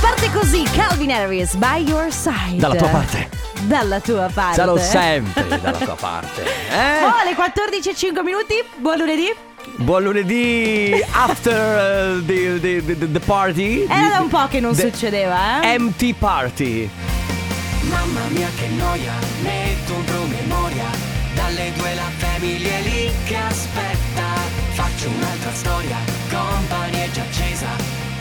Parte così, Calvin Harris, by your side. Dalla tua parte. Dalla tua parte. Sarò sempre dalla tua parte. Eh? Oh, alle 14.05 minuti, buon lunedì. Buon lunedì after eh, the, the- the- the party. Era da un po' che non The succedeva, eh? Empty party. Mamma mia che noia, metto un promemoria Dalle due la famiglia è lì che aspetta Faccio un'altra storia, company è già accesa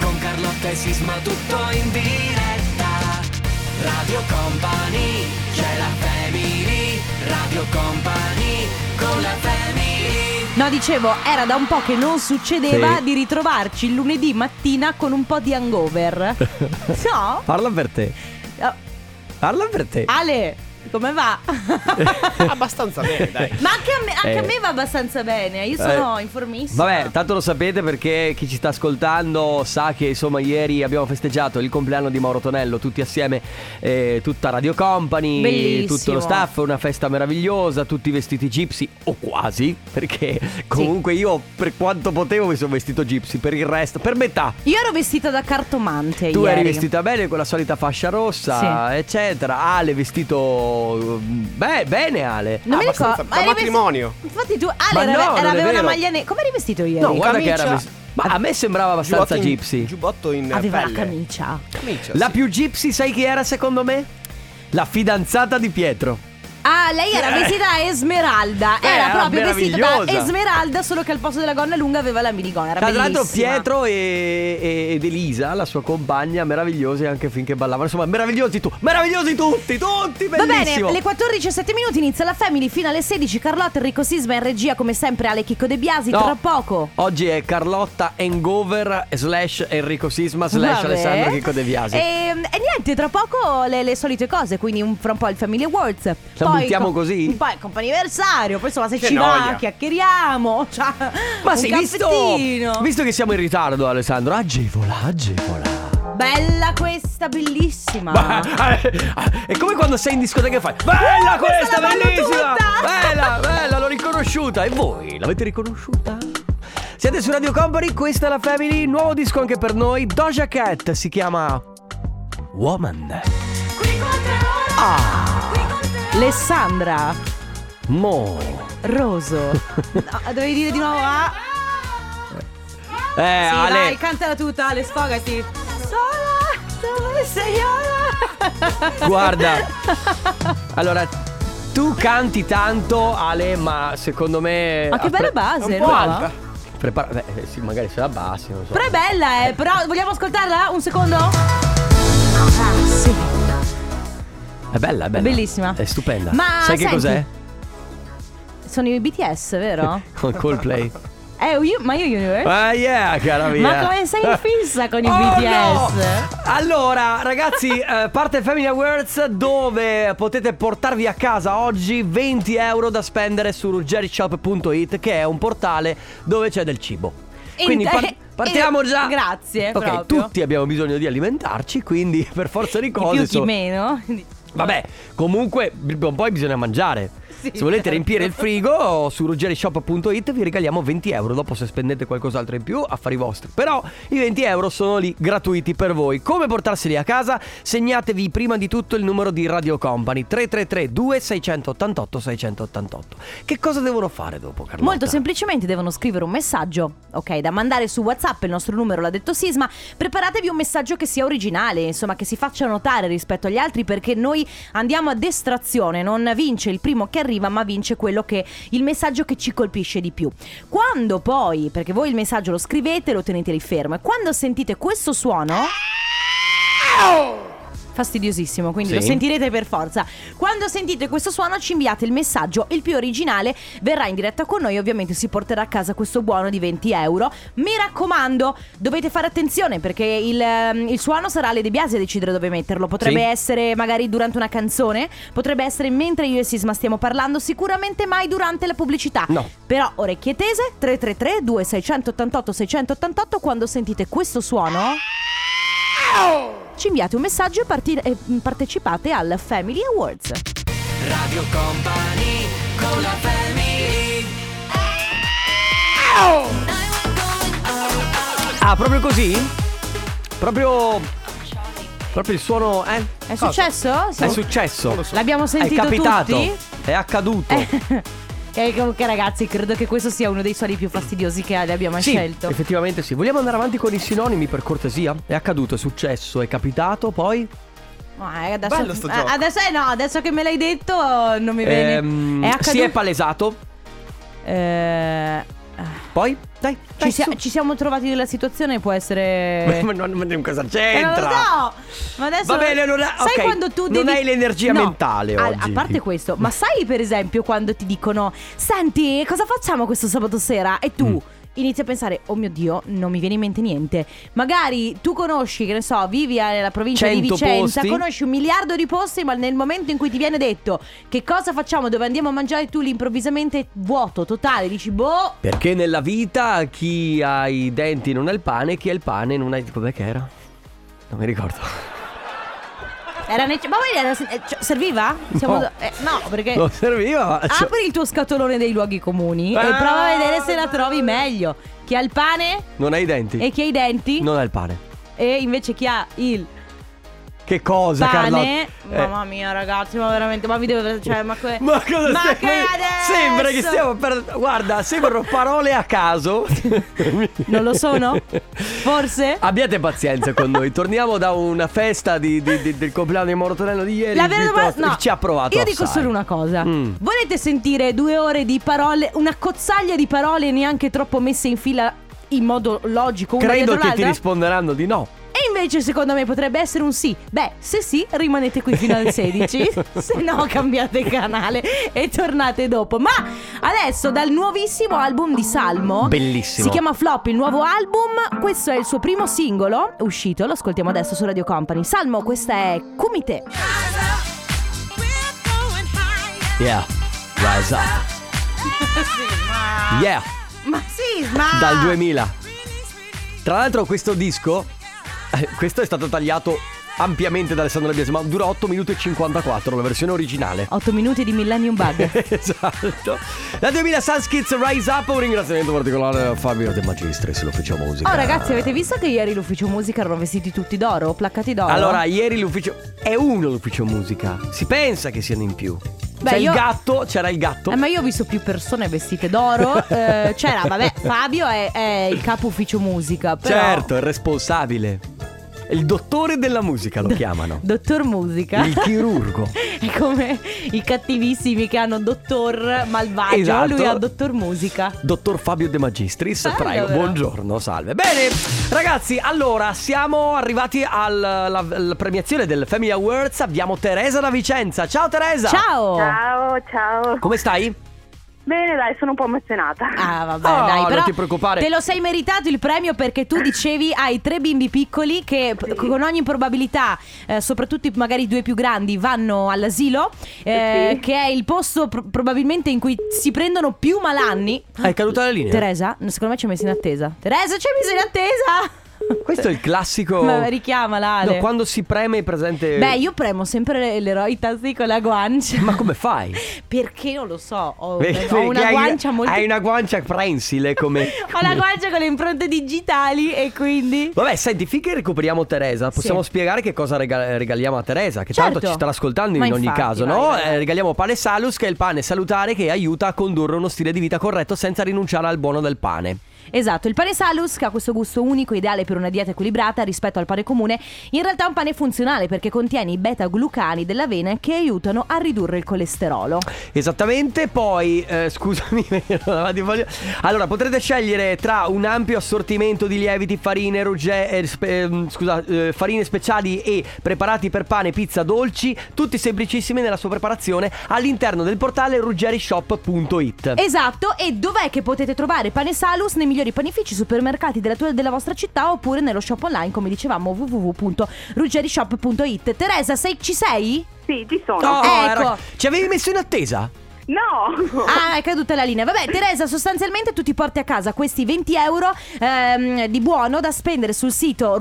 Con Carlotta e Sisma tutto in diretta Radio Company, c'è la family Radio Company, con la family No, dicevo, era da un po' che non succedeva Eh. Sì. di ritrovarci il lunedì mattina con un po' di hangover. no? Parla per te. Oh, Parla per te. Ale, come va? Abbastanza bene, dai. Ma anche a me, anche a Eh. me va abbastanza bene, io sono Eh, informissima. Vabbè, tanto lo sapete perché chi ci sta ascoltando sa che insomma ieri abbiamo festeggiato il compleanno di Mauro Tonello tutti assieme, eh, tutta Radio Company, Bellissimo. tutto lo staff, una festa meravigliosa, tutti vestiti gypsy o quasi, perché comunque io per quanto potevo mi sono vestito gypsy, per il resto, per metà. Io ero vestita da cartomante Tu ieri. eri vestita bene con la solita fascia rossa, eccetera. Ale vestito beh, bene Ale. Ah, Non mi Abbastanza- ricordo. da eri vesti- matrimonio. Infatti tu, Ma Ale, era- no, non era- è aveva una vero. maglia nera. Come eri vestito ieri? No, guarda che era camicia- vest- Ma a me sembrava abbastanza Giubbotto in- gypsy. Giubbotto in Aveva pelle. Ah, la camicia. Camicia, La sì. più gypsy sai chi era secondo me? La fidanzata di Pietro. Ah, lei era Eh. vestita da Esmeralda. Eh, era era proprio vestita da meravigliosa. Esmeralda, solo che al posto della gonna lunga aveva la minigonna. Era Tra l'altro bellissima. Pietro e- e- ed Elisa, la sua compagna, meravigliosi anche finché ballavano. Insomma, meravigliosi tu, meravigliosi tutti, tutti, Va bellissimo. bene, le 14.07 minuti inizia la Family fino alle 16. Carlotta, Enrico Sisma in regia, come sempre, Ale Chicco De Biasi. No. Tra poco. Oggi è Carlotta Hangover slash Enrico Sisma slash Vabbè. Eh, Alessandro Chicco De Viasi. E, e niente, tra poco le, le solite cose, quindi un, fra un po' il Family Awards. La buttiamo così? Poi il comp'anniversario, poi insomma se Che ci va noia. chiacchieriamo. Cioè, Ma un sì, visto, caffettino. visto che siamo in ritardo Alessandro, agevola, agevola. Bella questa, bellissima. eh, È come quando sei in discoteca e fai Bella questa questa, la ballo bellissima tutta!" Bella, bella, l'ho riconosciuta E voi, l'avete riconosciuta? Siete su Radio Company, questa è la Family Nuovo disco anche per noi Doja Cat si chiama Woman Ah, Alessandra mo Roso. No, dovevi dire di nuovo ah. Eh, sì, Ale dai, cantala tutta, Ale, sfogati. Sola, dove sei ora? Guarda, allora tu canti tanto, Ale, ma secondo me. Ma che ah, bella pre- base, è un po' no? alta. Prepara- beh, eh, sì, magari se la bassi, non so. Però è bella, eh. Però vogliamo ascoltarla? Un secondo? Ah, sì. è bella, è bella. Bellissima. È stupenda. Ma Sai che senti- cos'è? Sono i BTS, vero? Con Coldplay. eh, io, ma io Universe? Ah, yeah, cara mia. Ma come sei fissa con i Oh, BTS? no! Allora, ragazzi, eh, parte Family Awards dove potete portarvi a casa oggi 20 euro da spendere su ruggerishop.it che è un portale dove c'è del cibo. E- Quindi par- e- partiamo già. grazie, Ok, proprio. tutti abbiamo bisogno di alimentarci, quindi per forza di Chi cose. più chi insomma- meno? Vabbè, comunque prima o poi bisogna mangiare. Sì, se volete certo. riempire il frigo su ruggerishop.it vi regaliamo 20 euro. Dopo se spendete qualcos'altro in più, affari vostri. Però i 20 euro sono lì gratuiti per voi. Come portarseli a casa? Segnatevi prima di tutto il numero di Radio Company 333 2688 688. Che cosa devono fare dopo, Carlotta? Molto semplicemente devono scrivere un messaggio, ok, da mandare su WhatsApp, il nostro numero l'ha detto Sisma. Preparatevi un messaggio che sia originale, insomma, che si faccia notare rispetto agli altri perché noi andiamo ad estrazione, non vince il primo che arriva, ma vince quello che il messaggio che ci colpisce di più. Quando poi, perché voi il messaggio lo scrivete, lo tenete lì fermo e quando sentite questo suono Fastidiosissimo, quindi Sì. lo sentirete per forza. Quando sentite questo suono ci inviate il messaggio, il più originale verrà in diretta con noi, ovviamente si porterà a casa questo buono di 20 euro. Mi raccomando, dovete fare attenzione perché il, ehm, il suono sarà alle De Biasi a decidere dove metterlo. Potrebbe Sì. essere magari durante una canzone, potrebbe essere mentre io e Sisma stiamo parlando, sicuramente mai durante la pubblicità. No. Però orecchie tese, 333 2688 688 quando sentite questo suono ci inviate un messaggio e, parti- e mm, partecipate al Family Awards. Radio Company, con la family Ah, proprio così? Proprio Proprio il suono, eh? È Cosa? successo? È Sì. successo. Non lo so. L'abbiamo sentito è capitato. tutti? Eh. È accaduto. E comunque ragazzi, credo che questo sia uno dei suoni più fastidiosi che abbiamo mai sì, scelto. effettivamente sì. Vogliamo andare avanti con i sinonimi per cortesia? È accaduto, è successo, è capitato, poi Ma, eh, adesso, Bello sto eh, gioco. adesso eh, no, adesso che me l'hai detto non mi viene. ehm, è accaduto. si è palesato, Eh, poi dai, dai, ci, sia- su. ci siamo trovati nella situazione, può essere. Ma non, ma non- cosa Eh, non c'entra? lo so. Ma adesso. Va bene, non ha- sai ok, quando tu non devi... hai l'energia No, mentale a, oggi. A parte questo, ma sai per esempio quando ti dicono "Senti, cosa facciamo questo sabato sera?" e tu Mm. Inizi a pensare, oh mio Dio, non mi viene in mente niente. Magari tu conosci, che ne so, vivi a- nella provincia di 100 Vicenza, posti. conosci un miliardo di posti, ma nel momento in cui ti viene detto che cosa facciamo, dove andiamo a mangiare, tu lì improvvisamente vuoto, totale, dici, boh, Perché nella vita chi ha i denti non ha il pane, chi ha il pane non ha il... Com'è che era? Non mi ricordo. era nece- Ma voi era- eh, cioè, serviva? Siamo No. do- eh, no, perché... Non serviva, ma... cioè- Apri il tuo scatolone dei luoghi comuni e Ah! prova a vedere se la trovi meglio. Chi ha il pane Non hai i denti. e chi ha i denti Non ha il pane. e invece chi ha il Che cosa, pane. Carlotta? Mamma mia, ragazzi, ma veramente, ma vi devo cioè, ma, que- Ma cosa ma stai- che ma- adesso? Sembra che stiamo per... Guarda, sembrano parole a caso. Non lo sono? Forse? Abbiate pazienza con noi. Torniamo da una festa di- di- di- del compleanno di Morotonello di ieri. La vera di domanda Toast. no. Ci ha provato. Io dico assai. solo una cosa. Mm. Volete sentire due ore di parole, una cozzaglia di parole neanche troppo messe in fila in modo logico? Una Credo dietro che ti l'altra? risponderanno di no. E invece secondo me potrebbe essere un sì. Beh, se sì, rimanete qui fino alle 16, se no cambiate canale e tornate dopo. Ma adesso dal nuovissimo album di Salmo. Bellissimo. Si chiama Flop, il nuovo album. Questo è il suo primo singolo uscito, lo ascoltiamo adesso su Radio Company. Salmo, questa è Kumite. Yeah. Rise up. Yeah. Ma sì, ma Dal 2000. Tra l'altro questo disco eh, questo è stato tagliato ampiamente da Alessandro Labiasi, ma dura 8 minuti e 54 la versione originale. 8 minuti di Millennium Bug. Esatto. La 2000 Sunskids Rise Up, un ringraziamento particolare a Fabio De Magistri se lo facciamo musica. Oh ragazzi, avete visto che ieri l'ufficio musica erano vestiti tutti d'oro, placcati d'oro? Allora, ieri l'ufficio è uno l'ufficio musica. Si pensa che siano in più. Beh, C'è io- il gatto, c'era il gatto. Eh, ma io ho visto più persone vestite d'oro. Eh, c'era, vabbè, Fabio è, è il capo ufficio musica. Però... Certo, il responsabile. Il dottore della musica lo chiamano. Dottor Musica. Il chirurgo. è come i cattivissimi che hanno dottor malvagio. Esatto. Ah, Lui ha dottor Musica. Ah, Dottor Fabio De Magistris, Bello, prego, però. buongiorno, salve. Bene, ragazzi, allora siamo arrivati alla, alla premiazione del Family Awards. Abbiamo Teresa da Vicenza. Ciao Teresa! Ciao. Ciao, ciao. Come stai? Bene, dai, sono un po' emozionata. Ah, vabbè, Ah, dai, non però ti preoccupare. Te lo sei meritato il premio perché tu dicevi hai tre bimbi piccoli che p- con ogni probabilità, eh, soprattutto i- magari i due più grandi, vanno all'asilo, eh, Sì. che è il posto pr- probabilmente in cui si prendono più malanni. È caduta la linea. Teresa, secondo me ci hai messo in attesa. Teresa, ci hai messo in attesa? Questo è il classico. Ma richiamala, Ale. No, quando si preme è presente. Beh, io premo sempre le, le roitas sì, con la guancia. Ma come fai? Perché non lo so, ho, Vedi, ho una che hai- guancia molto... Hai una guancia prensile come. Ho la guancia con le impronte digitali e quindi... Vabbè, senti, finché recuperiamo Teresa, possiamo Sì. spiegare che cosa rega- regaliamo a Teresa, che tanto Certo. ci sta ascoltando Ma in ogni infatti, caso, vai, no? vai, vai. Eh, regaliamo pane salus, che è il pane salutare che aiuta a condurre uno stile di vita corretto senza rinunciare al buono del pane. Esatto, il pane salus che ha questo gusto unico ideale per una dieta equilibrata rispetto al pane comune, in realtà è un pane funzionale perché contiene i beta-glucani dell'avena che aiutano a ridurre il colesterolo. Esattamente, poi, eh, scusami, ero davanti al foglio. allora potrete scegliere tra un ampio assortimento di lieviti, farine, rugge, eh, spe- ehm, scusa, eh, farine speciali e preparati per pane, pizza, dolci, tutti semplicissimi nella sua preparazione all'interno del portale ruggerishop.it. Esatto, e dov'è che potete trovare pane salus? Nei migliori panifici, supermercati della, tua, della vostra città oppure nello shop online, come dicevamo, www.ruggerishop.it. Teresa, sei- ci sei? Sì, ci sono. No, Ecco. era- ci avevi messo in attesa? No! Ah, è caduta la linea. Vabbè, Teresa, sostanzialmente tu ti porti a casa questi 20 euro ehm, di buono da spendere sul sito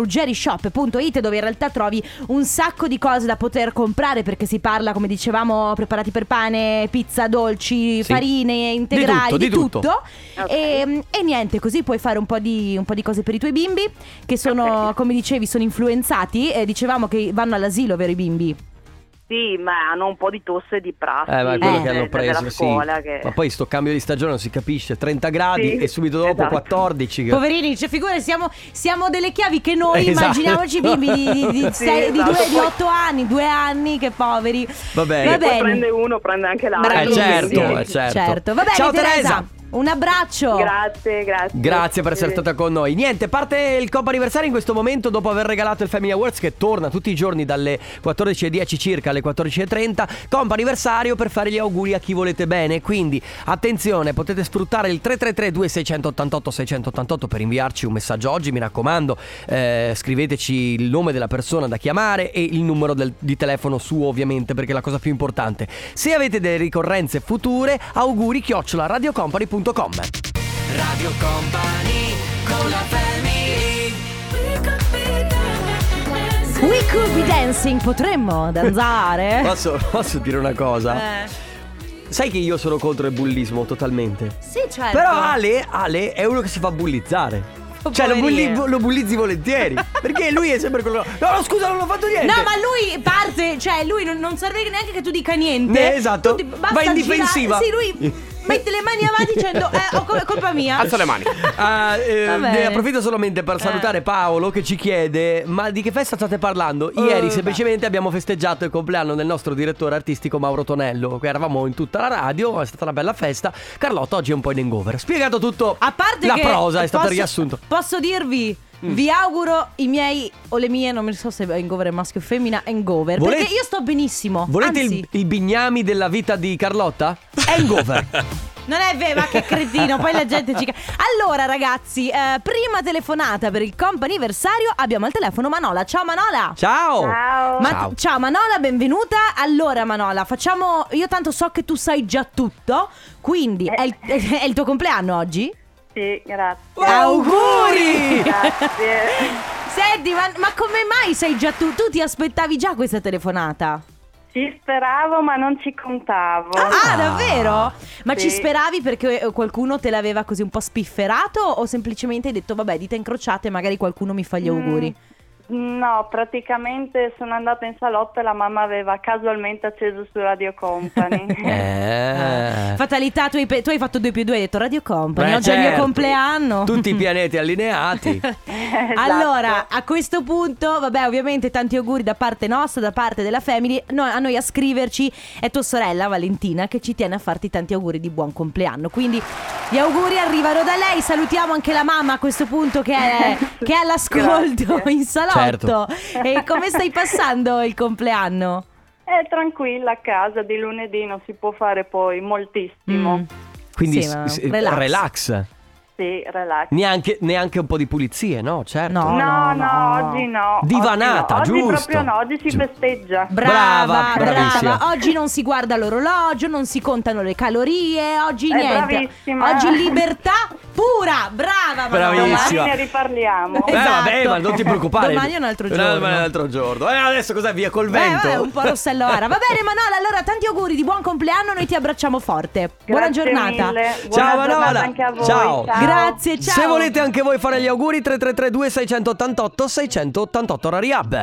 ruggerishop.it dove in realtà trovi un sacco di cose da poter comprare perché si parla, come dicevamo, preparati per pane, pizza, dolci, Sì. farine, integrali, tutto, di tutto. Ok. E, e niente, così puoi fare un po, di, un po' di cose per i tuoi bimbi che sono, Ok. come dicevi, sono influenzati. Eh, dicevamo che vanno all'asilo, vero i bimbi? Sì, ma hanno un po' di tosse di prassi. Eh, ma è quello Eh. che hanno de- preso, della sì. scuola che- Ma poi sto cambio di stagione non si capisce, 30 gradi Sì, e subito dopo esatto. 14. che- Poverini, cioè figure, siamo, siamo delle chiavi che noi, Esatto. immaginiamoci bimbi di, di, di, Sì, sei- di esatto. due- di Poi- otto anni, due anni, che poveri. Va bene. Va Poi bene. prende uno, prende anche l'altro. Eh, certo, quindi- eh, certo. Va bene, Ciao, Teresa. Teresa. Un abbraccio. Grazie, grazie. Grazie per essere Sì. stata con noi. Niente, parte il Coppa anniversario in questo momento dopo aver regalato il Family Awards che torna tutti i giorni dalle 14.10 circa alle 14.30. Compa anniversario per fare gli auguri a chi volete bene. Quindi attenzione, potete sfruttare il 333-2688-688 per inviarci un messaggio oggi. Mi raccomando, eh, scriveteci il nome della persona da chiamare e il numero del- di telefono suo ovviamente perché è la cosa più importante. Se avete delle ricorrenze future, auguri chiocciola radiocompany.com. Radio Company con la family We could be dancing, potremmo danzare. Posso, posso dire una cosa? Eh, Sai che io sono contro il bullismo totalmente. sì, certo. Però Ale, Ale è uno che si fa bullizzare. Oh, Cioè, lo, poverino. bulli- lo bullizzi volentieri. perché lui è sempre quello. No, no, scusa, non ho fatto niente. No, ma lui parte, cioè lui non, non serve neanche che tu dica niente. Eh, esatto. Tu ti- basta Va girare- in difensiva. Sì, lui mette le mani avanti dicendo, eh, ho col- colpa mia. Alza le mani. Ah, eh, Va bene. Eh. ne approfitto solamente per salutare Paolo che ci chiede: Ma di che festa state parlando? Ieri Eh, semplicemente abbiamo festeggiato il compleanno del nostro direttore artistico Mauro Tonello. Eravamo in tutta la radio, è stata una bella festa. Carlotta oggi è un po' in hangover. Spiegato tutto, A parte la che prosa è stata posso- riassunto. Mm. Posso dirvi Vi auguro i miei o le mie, non mi so se hangover è maschio o femmina, hangover. Volete- Perché io sto benissimo. Volete Anzi, il, il bignami della vita di Carlotta? Hangover. non è vero, ma che cretino. Poi la gente ci. ca- Allora, ragazzi, eh, prima telefonata per il comp anniversario abbiamo al telefono Manola. Ciao Manola. Ciao. Ciao. Ma- Ciao. Manola, benvenuta. Allora, Manola, facciamo. Io tanto so che tu sai già tutto. Quindi, è il, è il tuo compleanno oggi? Sì, grazie. Auguri! Grazie. Senti, ma, ma come mai sei già tu? Tu ti aspettavi già questa telefonata? Ci speravo, ma non ci contavo. Ah, davvero? Ma Sì. ci speravi perché eh, qualcuno te l'aveva così un po' spifferato o semplicemente hai detto vabbè dita incrociate magari qualcuno mi fa Mm. gli auguri? Mm, No, praticamente sono andata in salotto e la mamma aveva casualmente acceso su Radio Company. Eh. Fatalità, tu hai, pe- tu hai fatto 2 più 2 hai detto Radio Company, Beh, oggi è il mio certo. compleanno. Tutti i pianeti allineati. Esatto. Allora, a questo punto, vabbè, ovviamente tanti auguri da parte nostra, da parte della family. No, a noi a scriverci è tua sorella Valentina che ci tiene a farti tanti auguri di buon compleanno. Quindi gli auguri arrivano da lei. Salutiamo anche la mamma a questo punto che è, che è all'ascolto Grazie. in salotto. Certo. E come stai passando il compleanno? È Eh, tranquilla a casa, di lunedì non si può fare poi moltissimo. Mm. Quindi Sì, ma s- s- relax. relax. Sì, relax. Neanche, neanche un po' di pulizie, no? Certo. No. No, no, no. oggi no. Divanata, oggi no. Oggi giusto. proprio no, oggi si Giu- festeggia. Brava, Brava, brava, bravissima. Oggi non si guarda l'orologio, non si contano le calorie, oggi È niente. bravissima. Oggi libertà pura, brava Manuela. Bravissima. Domani ne riparliamo. Eh, Esatto. vabbè, ma non ti preoccupare. Domani è un altro No, giorno. Domani è un altro giorno. Eh, adesso cos'è? Via col vento. Beh, vabbè, un po' Rossello Ara. Va bene, Manola, allora tanti auguri di buon compleanno, noi ti abbracciamo forte. Buona Grazie giornata. mille, buona Ciao, giornata Manola. anche a voi. Ciao. Grazie, ciao. Se volete anche voi fare gli auguri 3332 688 688 Rari Hub.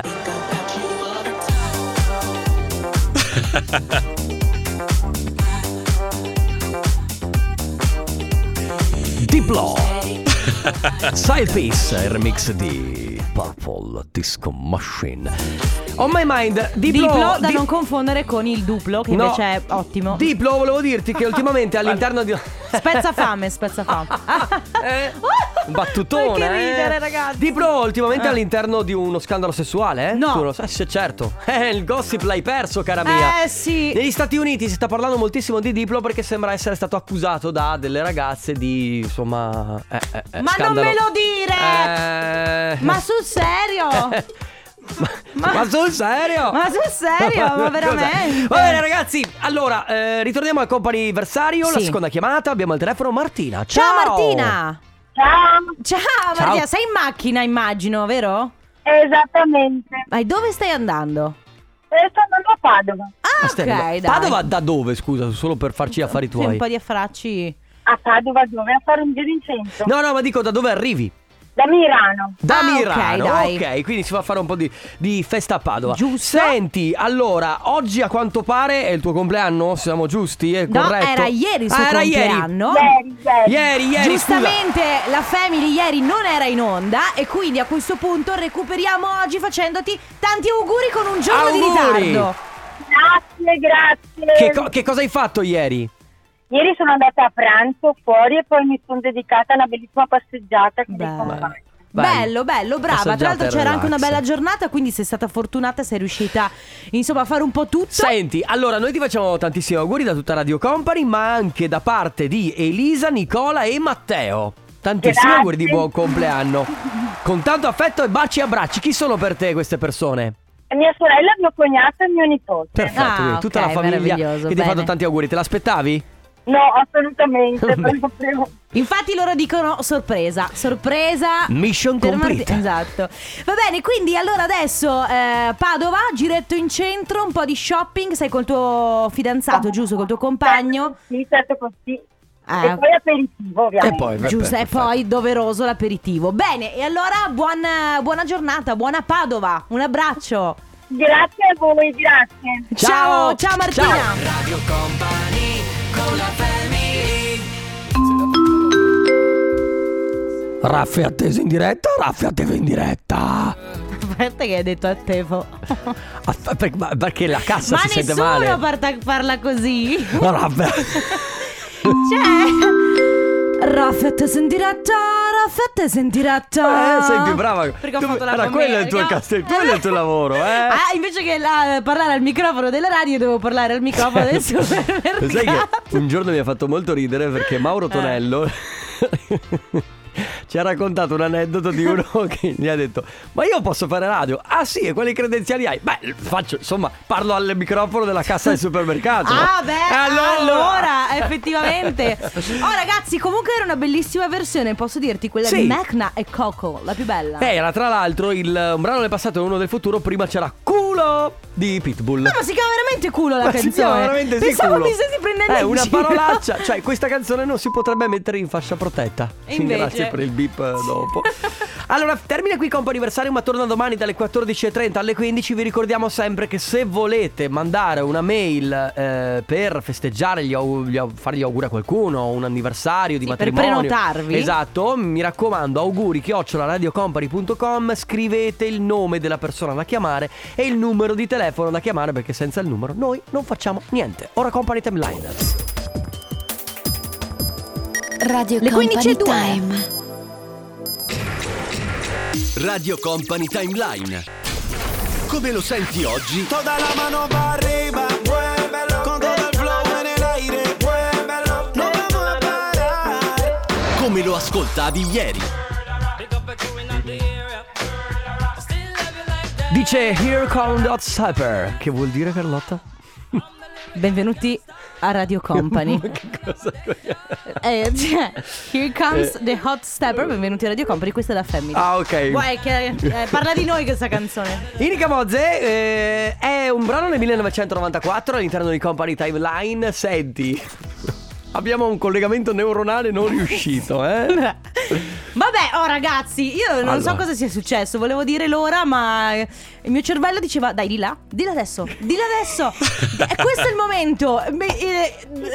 Diplo Side Piece, il remix di Purple Disco Machine On My Mind Diplo, Diplo, da Di- non confondere con il duplo, che No. invece è ottimo. Diplo, volevo dirti che ultimamente all'interno di Spezza fame, spezza fame. Eh, un Ma battutone Che eh. ridere, ragazzi. Eh. Di pro ultimamente all'interno di uno scandalo sessuale eh? No. Tu lo sai, sì, certo Eh, Il gossip l'hai perso cara mia Eh sì. Negli Stati Uniti si sta parlando moltissimo di Diplo perché sembra essere stato accusato da delle ragazze di insomma eh, eh, eh, Ma non scandalo. me lo dire! Eh. Ma sul serio? Ma, ma sul serio? Ma sul serio? Ma cosa- veramente? Va bene ragazzi, allora eh, ritorniamo al company versario, la Sì. seconda chiamata, abbiamo al telefono Martina. Ciao, Ciao Martina! Ciao, Ciao, Ciao. Martina, sei in macchina immagino, vero? esattamente. Eh, Ma dove stai andando? Sono a Padova, Ah, ok, Aspetta, dai. Padova da dove, scusa, solo per farci gli affari Sì, un tuoi? po' di affaracci. a Padova dove? A fare un giro in centro, No, no, ma dico da dove arrivi? da Milano. Ah, Da ok, Milano, dai. ok, quindi si va a fare un po' di, di festa a Padova. Giusto. Senti, allora, oggi a quanto pare è il tuo compleanno, siamo giusti? È No, corretto? era ieri il suo Ah, era compleanno. Ieri, ieri. Ieri, ieri, ieri scusa. Giustamente la Family ieri non era in onda e quindi a questo punto recuperiamo oggi facendoti tanti auguri con un giorno Auguri. di ritardo. Grazie, grazie. Che, co- che cosa hai fatto ieri? Ieri sono andata a pranzo fuori e poi mi sono dedicata a una bellissima passeggiata con Beh. dei compagni. Vai. Bello, bello, brava. Passeggiata Tra l'altro e c'era relax. anche una bella giornata, quindi sei stata fortunata, sei riuscita insomma a fare un po' tutto. Senti, allora noi ti facciamo tantissimi auguri da tutta Radio Company, ma anche da parte di Elisa, Nicola e Matteo. Tantissimi Grazie. auguri di buon compleanno. Con tanto affetto e baci e abbracci. Chi sono per te queste persone? Mia sorella, mio cognato e mio nipote. Perfetto, Ah, quindi tutta ok, la famiglia che meraviglioso, ti ha fatto bene. tanti auguri. Te l'aspettavi? No, assolutamente. Beh. proprio. Infatti loro dicono sorpresa, sorpresa. Mission per Marti- complete. esatto. Va bene, quindi allora adesso eh, Padova, giretto in centro, un po' di shopping, sei col tuo fidanzato, giusto, col tuo compagno. Sì, certo così. Eh, Ah. E poi aperitivo, E ovviamente. poi, vabbè, giusto, e perfetto. poi doveroso l'aperitivo. Bene, e allora buon- buona giornata, buona Padova, un abbraccio. Grazie a voi, grazie. Ciao, ciao, Martina. Raffi attesa in diretta, Raffi attesa in diretta. Ah, A parte che hai detto a te, fo. Aff- per- ma- perché la cassa Ma si sente nessuno male. parta- parla così. Raffi. Cioè. Raffet sentirata, Raffet sentirata. Eh, senti, brava. Perché ho Come- fatto la era commedia, quello il tuo raga. castel- quello è il tuo lavoro, eh. Ah, invece che la- parlare al microfono della radio, devo parlare al microfono del supermercato. Lo sai che un giorno mi ha fatto molto ridere perché Eh. Mauro Tonello ci ha raccontato un aneddoto di uno che gli ha detto ma io posso fare radio? Ah sì, e quali credenziali hai? Beh, faccio, insomma, parlo al microfono della cassa del supermercato. Ah beh, E allora, effettivamente. Oh ragazzi, comunque era una bellissima versione, posso dirti, quella Sì. di Mecna e Coco, la più bella. Eh, era tra l'altro il un brano del passato e uno del futuro, prima c'era culo di Pitbull. No, Ah, ma si chiama veramente culo la Ma si canzone. chiama veramente sì, Pensavo culo. mi stessi prendendo Eh, in una giro. parolaccia. Cioè, questa canzone non si potrebbe mettere in fascia protetta. E Sì, invece. grazie per il beep eh, dopo. allora, termina qui Compo Anniversario, ma torna domani dalle 14.30 alle 15. Vi ricordiamo sempre che se volete mandare una mail eh, per festeggiare, gli au- gli au- fare gli auguri a qualcuno, un anniversario di Sì, per matrimonio. prenotarvi. Esatto, mi raccomando, auguri radiocompany.com scrivete il nome della persona da chiamare e il numero di telefono da chiamare perché senza il numero noi non facciamo niente. Ora Company Timeline. Radio Le Company 15 e due. Time. Radio Company Timeline. Come lo senti oggi? Toda la mano para arriba, muévelo. Con todo el flow en el aire, muévelo. No vamos a parar. Come lo ascoltavi ieri? Dice Here Come Dot Supper. Che vuol dire Carlotta? Benvenuti a Radio Company. Che cosa? Eh. Eh, cioè, here comes the hot stepper. Benvenuti a Radio Company, questa è la Family. Ah, ok. Guai che- eh, parla di noi questa canzone. Inica Mozze eh, è un brano del 1994 all'interno di Company Timeline. Senti, abbiamo un collegamento neuronale non riuscito, eh? Vabbè, oh ragazzi, io non Allora. so cosa sia successo. Volevo dire l'ora, ma eh, il mio cervello diceva: Dai, di là, di là adesso, di là adesso. e questo è il momento. Me- eh,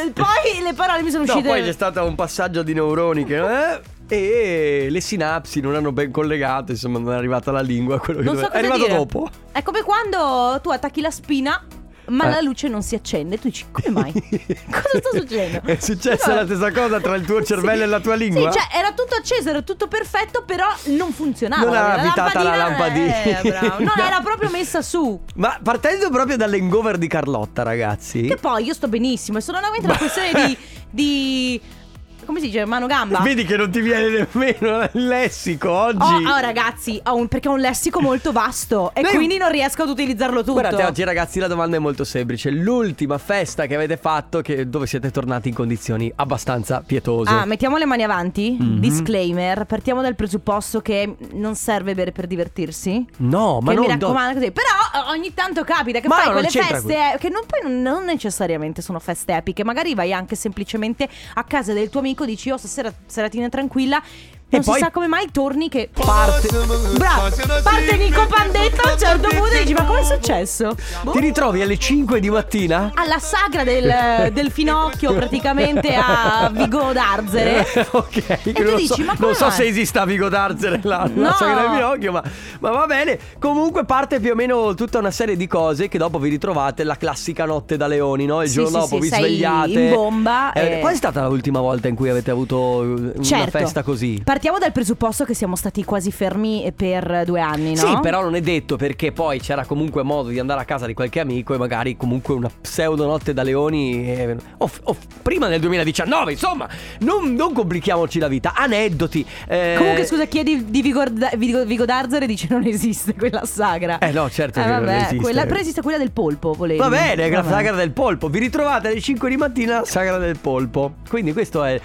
eh, poi le parole mi sono No, uscite. poi c'è stato un passaggio di neuroni che... eh, E le sinapsi non hanno ben collegato, insomma non è arrivata la lingua. Quello che Non so doveva- cosa è arrivato dire. dopo. È come quando tu attacchi la spina, ma Eh. la luce non si accende. Tu dici, come mai? cosa sta succedendo? È successa Allora- la stessa cosa tra il tuo cervello Sì. e la tua lingua? Sì, cioè era tutto acceso, era tutto perfetto, però non funzionava. Non era avvitata la non era- lampadina. eh, bravo. No. No, era proprio messa su. Ma partendo proprio dall'engover di Carlotta, ragazzi. Che poi io sto benissimo, è solamente una questione di. di come si dice? Mano gamba. Vedi che non ti viene nemmeno il lessico oggi. Oh, oh, ragazzi, ho un- perché ho un lessico molto vasto e Lei- quindi non riesco ad utilizzarlo tutto. Guardate, oggi ragazzi la domanda è molto semplice. L'ultima festa che avete fatto che- dove siete tornati in condizioni abbastanza pietose. Ah, mettiamo le mani avanti. Mhm. Disclaimer: partiamo dal presupposto che non serve bere per divertirsi. no, ma che non mi do- raccomando così. Però eh, ogni tanto capita che Ma fai no, non quelle c'entra feste eh, che non, poi non, non necessariamente sono feste epiche. Magari vai anche semplicemente a casa del tuo amico, dici io stasera seratina tranquilla. Non si poi- sa come mai torni che parte. Bravo! Parte Nico Pandetta a un certo punto e dici: Ma come è successo? Boh. Ti ritrovi alle 5 di mattina? Alla sagra del, del finocchio, praticamente a Vigo d'Arzere. Eh, ok, E tu non, dici, so, ma come non so mai? se esista Amico D'Arzere là, No. la sagra del Pinocchio, ma, ma va bene. Comunque parte più o meno tutta una serie di cose che dopo vi ritrovate la classica notte da leoni, no? Il Sì, giorno sì, dopo sì, vi sei svegliate. in bomba Eh, e- Qual è stata l'ultima volta in cui avete avuto eh, una Certo. festa così? Partiamo dal presupposto che siamo stati quasi fermi per due anni, no? Sì, però non è detto perché poi c'era comunque modo di andare a casa di qualche amico e magari comunque una pseudo notte da leoni eh, o f- o f- prima del 2019, insomma, non, non complichiamoci la vita, aneddoti. eh, Comunque, scusa, chi è di, di Vigor- Vigo, Vigo d'Arzere dice non esiste quella sagra. Eh no, certo Eh, che non vabbè, esiste. Quella, però esiste quella del polpo, volevo. Va bene, la Vabbè. sagra del polpo. Vi ritrovate alle 5 di mattina, sagra del polpo. Quindi questo è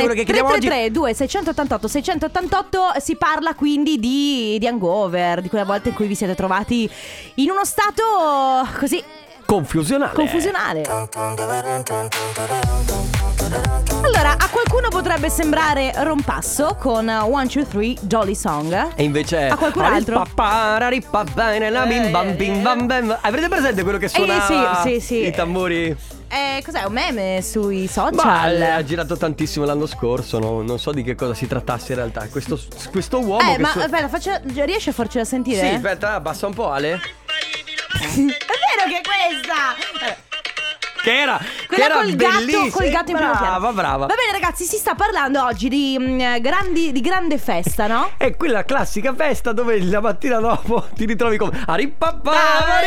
Bene, quello che chiediamo oggi. 333 2688 688 si parla quindi di, di hangover, di quella volta in cui vi siete trovati in uno stato così Confusionale. confusionale. Allora, a qualcuno potrebbe sembrare rompasso con 1, 2, 3 Jolly Song. E invece A Eh, qualcun altro? Papararipapane, la bim bam bim bam bam. Avrete presente quello che suona Eh, sì, sì, sì. i tamburi? Eh, cos'è? Un meme sui Ma social? eh, ha girato tantissimo l'anno scorso, no? non so di che cosa si trattasse in realtà. Questo, questo uomo Eh, che ma su- aspetta, faccia- riesci a farcela sentire? Sì, aspetta, abbassa un po' Ale. È vero che è questa! Eh, Che era che Quella era col gatto, bellissima. col gatto in primo piano. Brava, brava. Va bene ragazzi, si sta parlando oggi di, mm, eh, grandi- di grande festa, no? È quella classica festa dove la mattina dopo ti ritrovi come Arippappa,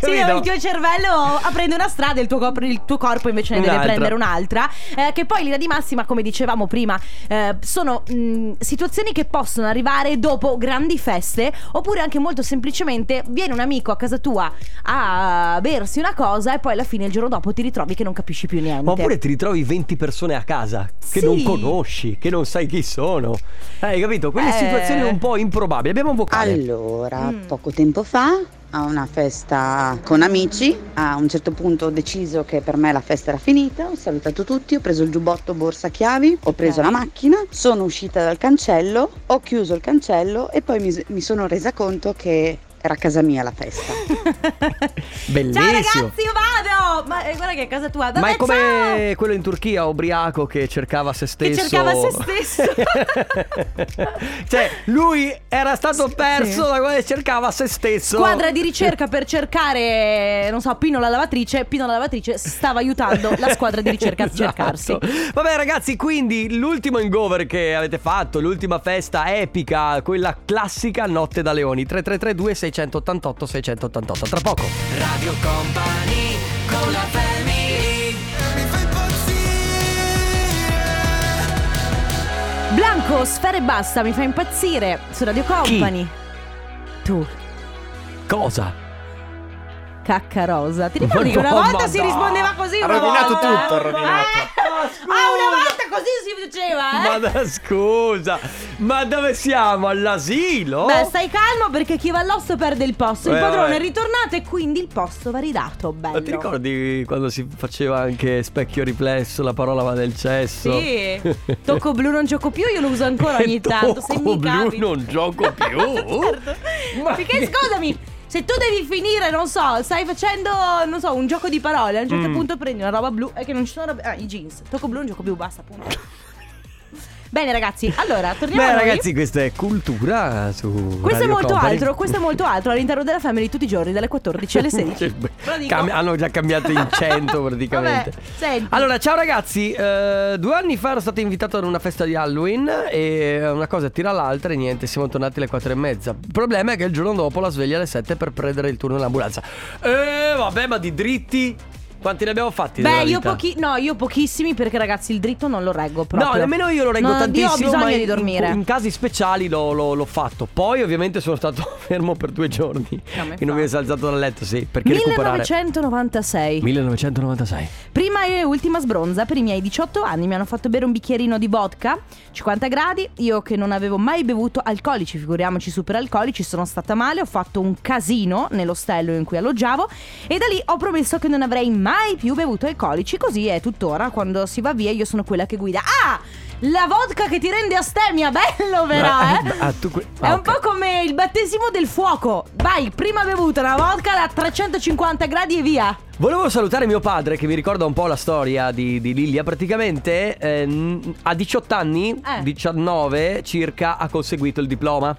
sì, dove il tuo cervello prende una strada e il tuo, copri- il tuo corpo invece ne deve Un'altra. prendere un'altra. Eh, che poi in linea di massima, come dicevamo prima, eh, sono mh, situazioni che possono arrivare dopo grandi feste oppure anche molto semplicemente viene un amico a casa tua a bersi una cosa e poi alla fine il giorno dopo ti ritrovi che non capisci più niente. Ma oppure ti ritrovi 20 persone a casa che Sì. non conosci, che non sai chi sono. Hai capito? Quelle Eh. situazioni un po' improbabili. Abbiamo un vocale. Allora, Mm. poco tempo fa a una festa con amici, a un certo punto ho deciso che per me la festa era finita, ho salutato tutti, ho preso il giubbotto, borsa, chiavi, ho preso Ok. la macchina, sono uscita dal cancello, ho chiuso il cancello e poi mi, mi sono resa conto che era a casa mia la festa. Bellissimo. Ciao ragazzi, io vado! Ma eh, guarda che è casa tua. Vabbè, Ma è ciao! come quello in Turchia, ubriaco, che cercava se Che stesso. cercava se stesso. cioè, lui era stato perso sì. da quello che cercava se stesso. Squadra di ricerca per cercare, non so, Pino la lavatrice. Pino la lavatrice stava aiutando la squadra di ricerca a Esatto. cercarsi. Vabbè, ragazzi, quindi l'ultimo hangover che avete fatto, l'ultima festa epica, quella classica notte da leoni. 3332 688 688. Tra poco. Radio Company con la family Blanco, sfera e basta, mi fa impazzire su Radio Company. Tu, Cosa? cacca rosa. Ti ricordi Ma che una no, volta ma si no. rispondeva così? Ha una rovinato volta? tutto, ha rovinato. Eh? Ah, una volta così si diceva, eh? Ma da- scusa, ma dove siamo? All'asilo? Beh, stai calmo perché chi va all'osso perde il posto. Il Eh, padrone vabbè. è ritornato e quindi il posto va ridato. Bello. Ma ti ricordi quando si faceva anche specchio riflesso, la parola va nel cesso? Sì. Tocco blu non gioco più, io lo uso ancora ogni tanto. Se Tocco mi blu capita. Certo. non gioco più. Ma Perché che- scusami, se tu devi finire, non so, stai facendo, non so, un gioco di parole, a un Mm. certo punto prendi una roba blu e che non ci sono robe- ah, i jeans. Tocco blu non gioco più, basta, punto. Bene ragazzi, allora torniamo Beh, a noi. ragazzi, questa è cultura su. questo è Radio molto Company. altro, questo è molto altro all'interno della Family tutti i giorni dalle 14 alle 16. Cioè, Lo dico. cambi- hanno già cambiato in 100 praticamente. Vabbè, senti. Allora, ciao ragazzi. eh, due anni fa ero stato invitato ad una festa di Halloween e una cosa tira l'altra e niente, siamo tornati alle 4 e mezza. Il problema è che il giorno dopo la sveglia alle 7 per prendere il turno in ambulanza. Eh, vabbè, ma di dritti. Quanti ne abbiamo fatti? nella Beh, io, vita? pochi- no, io pochissimi perché ragazzi il dritto non lo reggo proprio. No, nemmeno io lo reggo No, tantissimo. Io ho bisogno ma di in- dormire. In, casi speciali l'ho, l'ho- l'ho fatto. Poi, ovviamente, sono stato fermo per due giorni. No, ma e non infatti. mi è salzato dal letto, sì. Perché recuperare? 1996. 1996. Prima e ultima sbronza per i miei 18 anni mi hanno fatto bere un bicchierino di vodka 50 gradi. Io che non avevo mai bevuto alcolici, figuriamoci superalcolici, sono stata male, ho fatto un casino nell'ostello in cui alloggiavo e da lì ho promesso che non avrei mai più bevuto alcolici, così è tuttora quando si va via io sono quella che guida. Ah! La vodka che ti rende astemia, bello però, Ah, eh? ah, tu que- è ah, un po' ok. come il battesimo del fuoco. Vai, prima bevuta una vodka da 350 gradi e via. Volevo salutare mio padre che mi ricorda un po' la storia di, di Lilia. Praticamente ehm, a 18 anni, Eh. 19 circa, ha conseguito il diploma.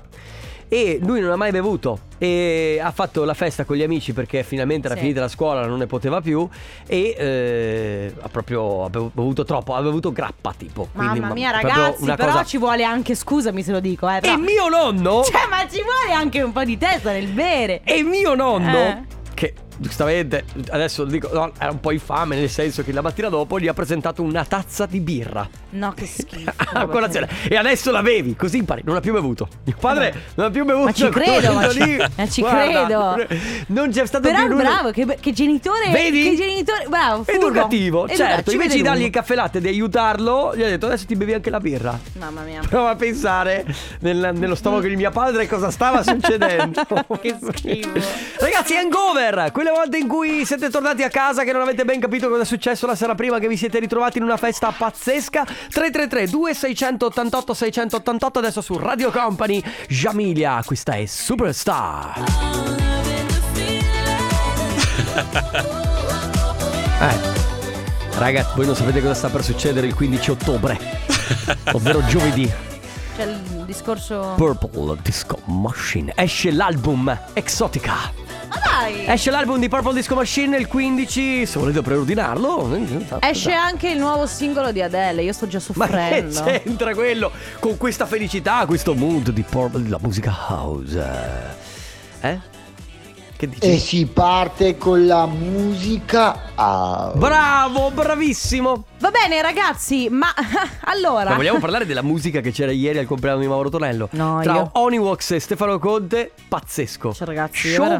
E lui non ha mai bevuto e ha fatto la festa con gli amici perché finalmente era Sì. finita la scuola, non ne poteva più e eh, ha proprio ha bevu- bevuto troppo, ha bevuto grappa tipo. Quindi, Mamma ma- mia proprio ragazzi, una però cosa- ci vuole anche, scusami se lo dico, eh, però- E mio nonno Cioè, ma ci vuole anche un po' di testa nel bere. E mio nonno, Eh. che giustamente adesso lo dico, no, era un po' infame, nel senso che la mattina dopo gli ha presentato una tazza di birra No, che schifo. a colazione. E adesso la bevi, così impari. Non ha più bevuto. Mio padre non ha più bevuto. Ma ci credo, ma Quello ci- lì, ma ci guarda, credo. Non c'è stato Però più nulla. bravo, che, che genitore. Vedi? Che genitore. Bravo, furbo. Educativo, Educa- certo. ci Invece vede di dargli il lungo. caffè latte e di aiutarlo, gli ha detto adesso ti bevi anche la birra. Mamma mia. Prova a pensare nel- nello stomaco di mia padre cosa stava succedendo. Che schifo. Ragazzi, hangover! Quelle volte in cui siete tornati a casa che non avete ben capito cosa è successo la sera prima, che vi siete ritrovati in una festa pazzesca. 333-2688-688 adesso su Radio Company. Jamilia, questa è Superstar. Eh. Raga, voi non sapete cosa sta per succedere il 15 ottobre, ovvero giovedì. Cioè, il discorso. Purple Disco Machine. Esce l'album Exotica. Ma dai! Esce l'album di Purple Disco Machine il 15. Se volete preordinarlo. Esce anche il nuovo singolo di Adele. Io sto già Ma che soffrendo. c'entra quello con questa felicità, questo mood di Purple, la musica house? Eh? Che dici? E si parte con la musica house. Bravo, bravissimo. Va bene, ragazzi, ma allora. Ma vogliamo parlare della musica che c'era ieri al compleanno di Mauro Tonello? No, Tra io- Oniwax e Stefano Conte, pazzesco. Cioè, ragazzi, Show guarda-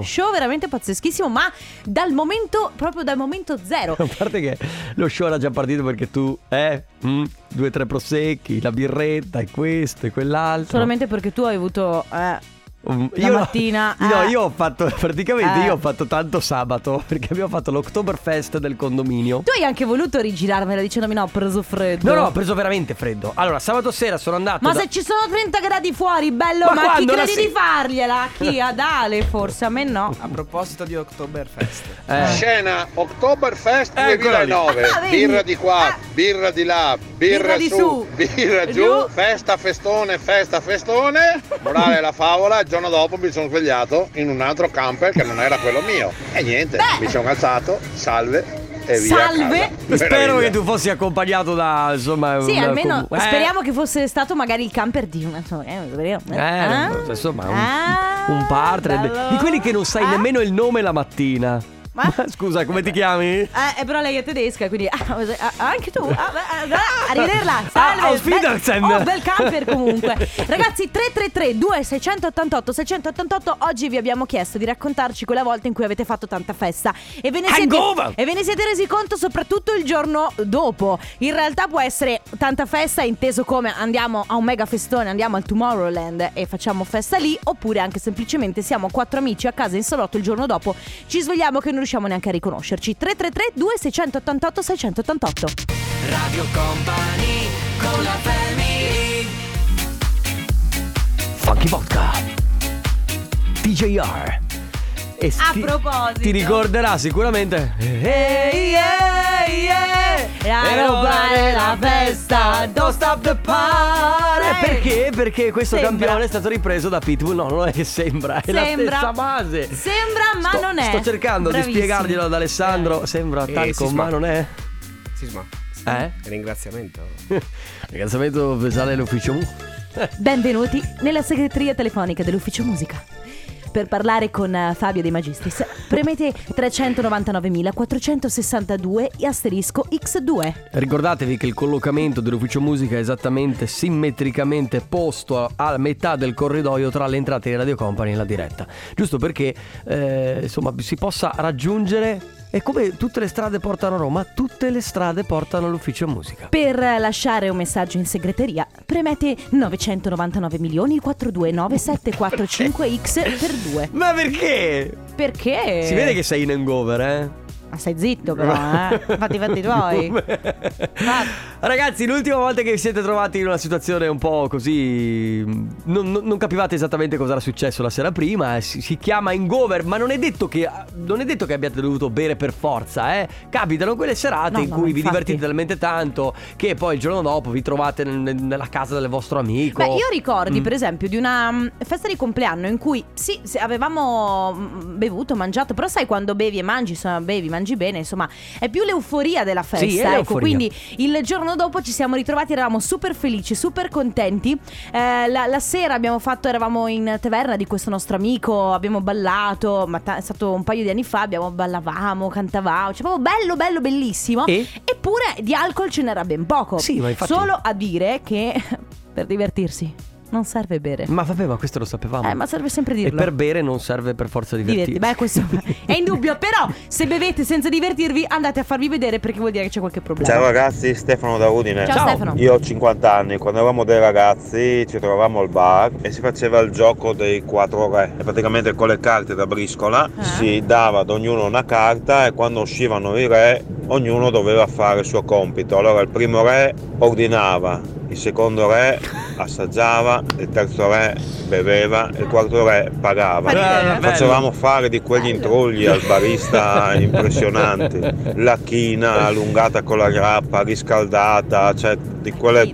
Show veramente pazzeschissimo, ma dal momento, proprio dal momento zero. A parte che lo show era già partito perché tu, eh, mm, due o tre prosecchi, la birretta e questo e quell'altro. Solamente perché tu hai avuto. eh, Mm, la mattina, No, eh. io ho fatto, praticamente Eh. io ho fatto tanto sabato perché abbiamo fatto l'Oktoberfest del condominio. Tu hai anche voluto rigirarmela dicendomi no, ho preso freddo. No, no, ho preso veramente freddo. Allora, sabato sera sono andato. Ma da- se ci sono 30 gradi fuori, bello, Ma ma, chi quando la credi si- di fargliela? A chi? Ad Ale forse, a me no. A proposito di Oktoberfest. eh. Scena Oktoberfest Eccola Eh, lì. 2009, Ah, vedi? birra di qua, Ah. birra di là, birra, Birra di su, su. birra Giù. giù, festa festone, festa festone. Morale la favola, il giorno dopo mi sono svegliato in un altro camper che non era quello mio. E niente, Beh. mi sono alzato, salve e via. a Salve. casa. Spero Meraviglia. che tu fossi accompagnato da insomma. Sì, un- almeno comu- eh. speriamo che fosse stato magari il camper di una sua. Eh, eh, Eh, insomma, un, ah, un partner bello. di quelli che non sai Ah. nemmeno il nome la mattina. Ma- Ma scusa, come ti chiami? Eh, eh, però lei è tedesca, quindi ah, ah, anche tu. Ah, beh, ah, arrivederla. Ah, Salve. auf Wiedersehen. Bel- oh, bel camper comunque. Ragazzi, 333 2688 688 oggi vi abbiamo chiesto di raccontarci quella volta in cui avete fatto tanta festa e ve ne siete Hangover. e ve ne siete resi conto soprattutto il giorno dopo. In realtà può essere tanta festa inteso come andiamo a un mega festone, andiamo al Tomorrowland e facciamo festa lì, oppure anche semplicemente siamo quattro amici a casa in salotto il giorno dopo, ci svegliamo che non riusciamo neanche a riconoscerci. 333 2688 688. Funky Vodka DJR e A ti- proposito. Ti ricorderà sicuramente Ehi ehi ehi La e rubare la festa, don't stop the party. Perché? Perché questo Sembra. campione è stato ripreso da Pitbull No, non è che sembra, è la Sembra. stessa base Sembra, ma Sto- non è. Sto cercando Bravissimo. di spiegarglielo ad Alessandro Sembra Eh, talco, Sisma. ma non è Sisma. Eh? Ringraziamento. Ringraziamento pesare l'ufficio Benvenuti nella segreteria telefonica dell'ufficio musica. per parlare con eh, Fabio De Magistris, premete 399.462 e asterisco X2. Ricordatevi che il collocamento dell'ufficio musica è esattamente simmetricamente posto a, a metà del corridoio tra le entrate di Radio Company e la diretta. Giusto perché eh, insomma si possa raggiungere. E come tutte le strade portano a Roma, tutte le strade portano all'ufficio musica. Per eh, lasciare un messaggio in segreteria, premete 999.429.745X per 2. Ma perché? Perché? Si vede che sei in hangover, eh? Ma stai zitto però, eh. Fatti i fatti tuoi. Ragazzi, l'ultima volta che vi siete trovati in una situazione un po' così. mm, Non, non- non capivate esattamente cosa era successo la sera prima. eh, Si, si chiama hangover, ma non è, detto che, non è detto che abbiate dovuto bere per forza, eh. Capitano quelle serate No, in no, cui vi infatti. divertite talmente tanto che poi il giorno dopo vi trovate nel- nella casa del vostro amico. Beh, io ricordi, Mm. per esempio, di una mm, festa di compleanno in cui sì, se avevamo mm, bevuto, mangiato, però sai quando bevi e mangi, insomma, bevi, mangi bene, insomma, è più l'euforia della festa. Sì, è ecco, l'euforia. quindi il giorno dopo ci siamo ritrovati, eravamo super felici, super contenti. Eh, la, la sera abbiamo fatto, eravamo in taverna di questo nostro amico, abbiamo ballato, ma ta- è stato un paio di anni fa, abbiamo ballavamo, cantavamo, cioè proprio bello, bello, bellissimo. E? Eppure di alcol ce n'era ben poco. Sì, ma infatti- Solo a dire che per divertirsi non serve bere. Ma vabbè, ma questo lo sapevamo. Eh, ma serve sempre e dirlo. per bere non serve per forza divertirsi. Diverti- Beh, questo è indubbio. Però, se bevete senza divertirvi, andate a farvi vedere perché vuol dire che c'è qualche problema. Ciao eh. ragazzi, Stefano da Udine. Ciao, Ciao. Stefano. Io ho 50 anni, quando eravamo dei ragazzi ci trovavamo al bar e si faceva il gioco dei quattro re. E praticamente con le carte da briscola Eh. si dava ad ognuno una carta e quando uscivano i re ognuno doveva fare il suo compito. Allora il primo re ordinava, il secondo re assaggiava, il terzo re beveva e il quarto re pagava. Bello, Facevamo fare di quegli intrugli al barista impressionanti. La china allungata con la grappa, riscaldata, cioè di quelle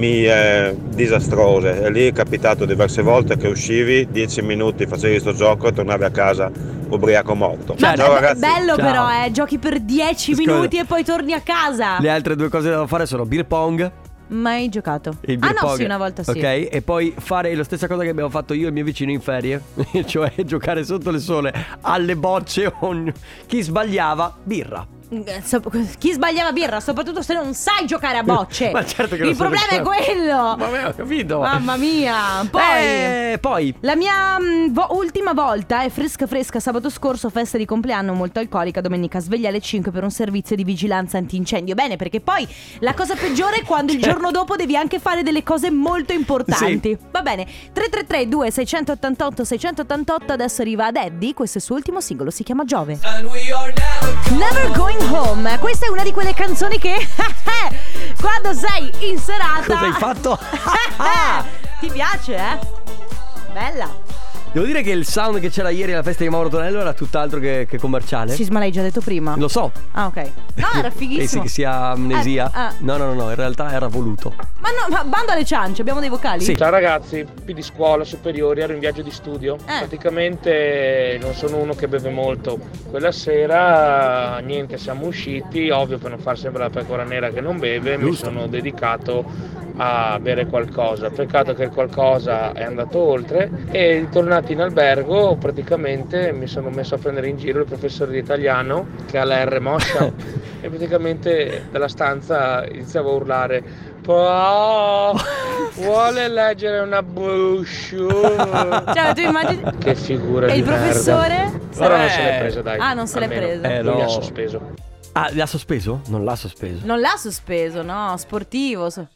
alchimie disastrose. E lì è capitato diverse volte che uscivi, 10 minuti facevi questo gioco e tornavi a casa ubriaco morto. Ma Ciao be- ragazzi! bello Ciao. però, eh. Giochi per 10 Scusa. minuti e poi torni a casa. Le altre due cose da fare sono beer pong. Mai giocato. E il ah beer no, pong. sì, una volta sì. Ok, e poi fare la stessa cosa che abbiamo fatto io e il mio vicino in ferie, cioè giocare sotto le sole alle bocce. ogni- Chi sbagliava, birra. Eh, so- Chi sbagliava birra, soprattutto se non sai giocare a bocce. Ma certo che Il lo so problema è giocare. quello. Ma avevo capito. Mamma mia. Poi. Eh, poi. La mia mm, vo- ultima volta è fresca fresca sabato scorso, festa di compleanno molto alcolica, domenica sveglia alle 5 per un servizio di vigilanza antincendio. Bene, perché poi la cosa peggiore è quando il Certo. giorno dopo devi anche fare delle cose molto importanti. Va bene, 333 2688 688 adesso arriva ad Eddie, questo è il suo ultimo singolo, si chiama Giove. Never Going Home, questa è una di quelle canzoni che quando sei in serata... Cosa hai fatto? Ti piace, eh? Bella. Devo dire che il sound che c'era ieri alla festa di Mauro Tonello era tutt'altro che, che commerciale. Sì, ma l'hai già detto prima. Lo so. Ah, ok. No, era Pensi fighissimo. che sia amnesia? Ah, ah. No, no, no, no, in realtà era voluto. Ma no, ma bando alle ciance, abbiamo dei vocali? Sì. Ciao ragazzi, più di scuola, superiori, ero in viaggio di studio. Eh. Praticamente non sono uno che beve molto. Quella sera, niente, siamo usciti, ovvio per non far sembrare la pecora nera che non beve, mi Giusto. sono dedicato a bere qualcosa. Peccato che il qualcosa è andato oltre e ritornati in albergo praticamente mi sono messo a prendere in giro il professore di italiano che ha la R mossa e praticamente dalla stanza iniziavo a urlare "Po- vuole leggere una brochure Cioè, tu immagini. che figura E di il professore? merda. però non se l'è Eh. presa dai Ah, non se l'è almeno. presa. Eh, Lui mi ha no. sospeso Ah, l'ha sospeso? Non l'ha sospeso. Non l'ha sospeso, no? Sportivo. so-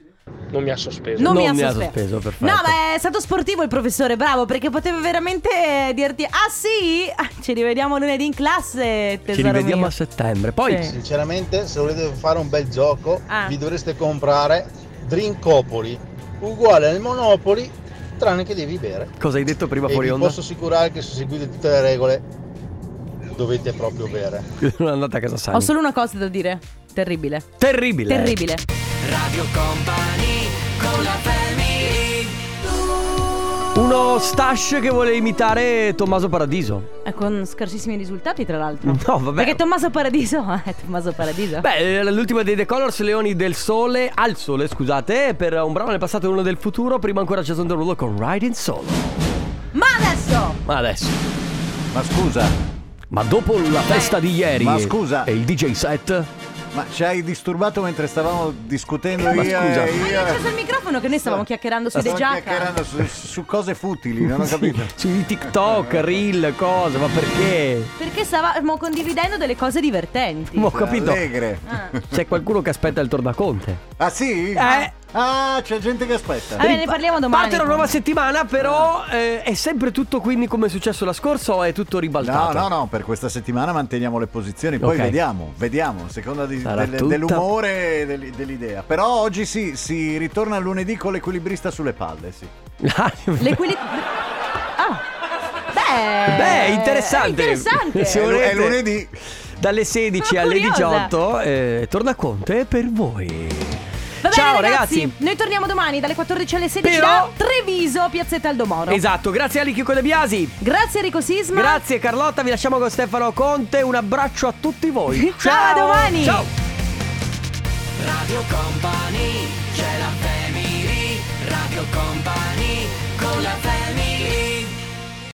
non mi ha sospeso Non, mi ha sospeso, sospeso. perfetto. No, ma è stato sportivo il professore, bravo, perché poteva veramente dirti: Ah, sì, Ah, ci rivediamo lunedì in classe, tesoro. Ci rivediamo mio." a settembre. Poi Sì. Sinceramente, se volete fare un bel gioco, Ah. vi dovreste comprare Drinkopoli, uguale al Monopoli, tranne che devi bere. cosa hai detto prima E fuori vi onda? posso assicurare che se seguite tutte le regole, dovete proprio bere. Non è andata a casa sana. Ho solo una cosa da dire: terribile. Terribile. Terribile. Radio Company con la family. Uno stash che vuole imitare Tommaso Paradiso. Eh, Con scarsissimi risultati, tra l'altro. No, vabbè. Perché Tommaso Paradiso è Tommaso Paradiso. Beh, eh, l'ultima dei The Colors, Leoni del Sole, al Sole, scusate, per un brano del passato e uno del futuro, prima ancora Jason Derulo con Riding Solo. Ma adesso! Eh. Ma adesso. Ma scusa. Ma dopo la festa di ieri. Ma scusa. E il DJ set? Ma ci hai disturbato mentre stavamo discutendo Ma io scusa. e Ma Hai acceso io. il microfono che noi stavamo chiacchierando su De eh. Stavamo Giacca. chiacchierando su, su cose futili, non ho Sì, capito. Sui TikTok, reel, cose, ma perché? Perché stavamo condividendo delle cose divertenti. Ah. Ma ho capito. Allegre. C'è qualcuno che aspetta il tornaconte. Ah sì? Eh. Ah, c'è gente che aspetta. Vabbè, ne parliamo domani. Parte una nuova settimana, però Ah. eh, è sempre tutto quindi come è successo la scorsa o è tutto No, ribaltato? no, no, per questa settimana manteniamo le posizioni, poi Ok. vediamo, vediamo, a seconda di- Sarà del- tutta- dell'umore e del- dell'idea. Però oggi sì, si ritorna lunedì con l'equilibrista sulle palle, sì. L'equili- Ah. Beh. Beh, interessante. Eh, è interessante. Se volete, È lunedì. Dalle 16 Sono alle curiosa. 18 eh, torna Conte per voi. Va bene, Ciao, ragazzi. Noi torniamo domani dalle 14 alle 16 Però- da Treviso, Piazzetta Aldomoro. Esatto, grazie a Lichico De Biasi. Grazie Enrico Sisma. Grazie Carlotta, vi lasciamo con Stefano Conte. Un abbraccio a tutti voi. Ciao, a domani. Ciao. Radio Company, c'è la family, Radio Company, con la family.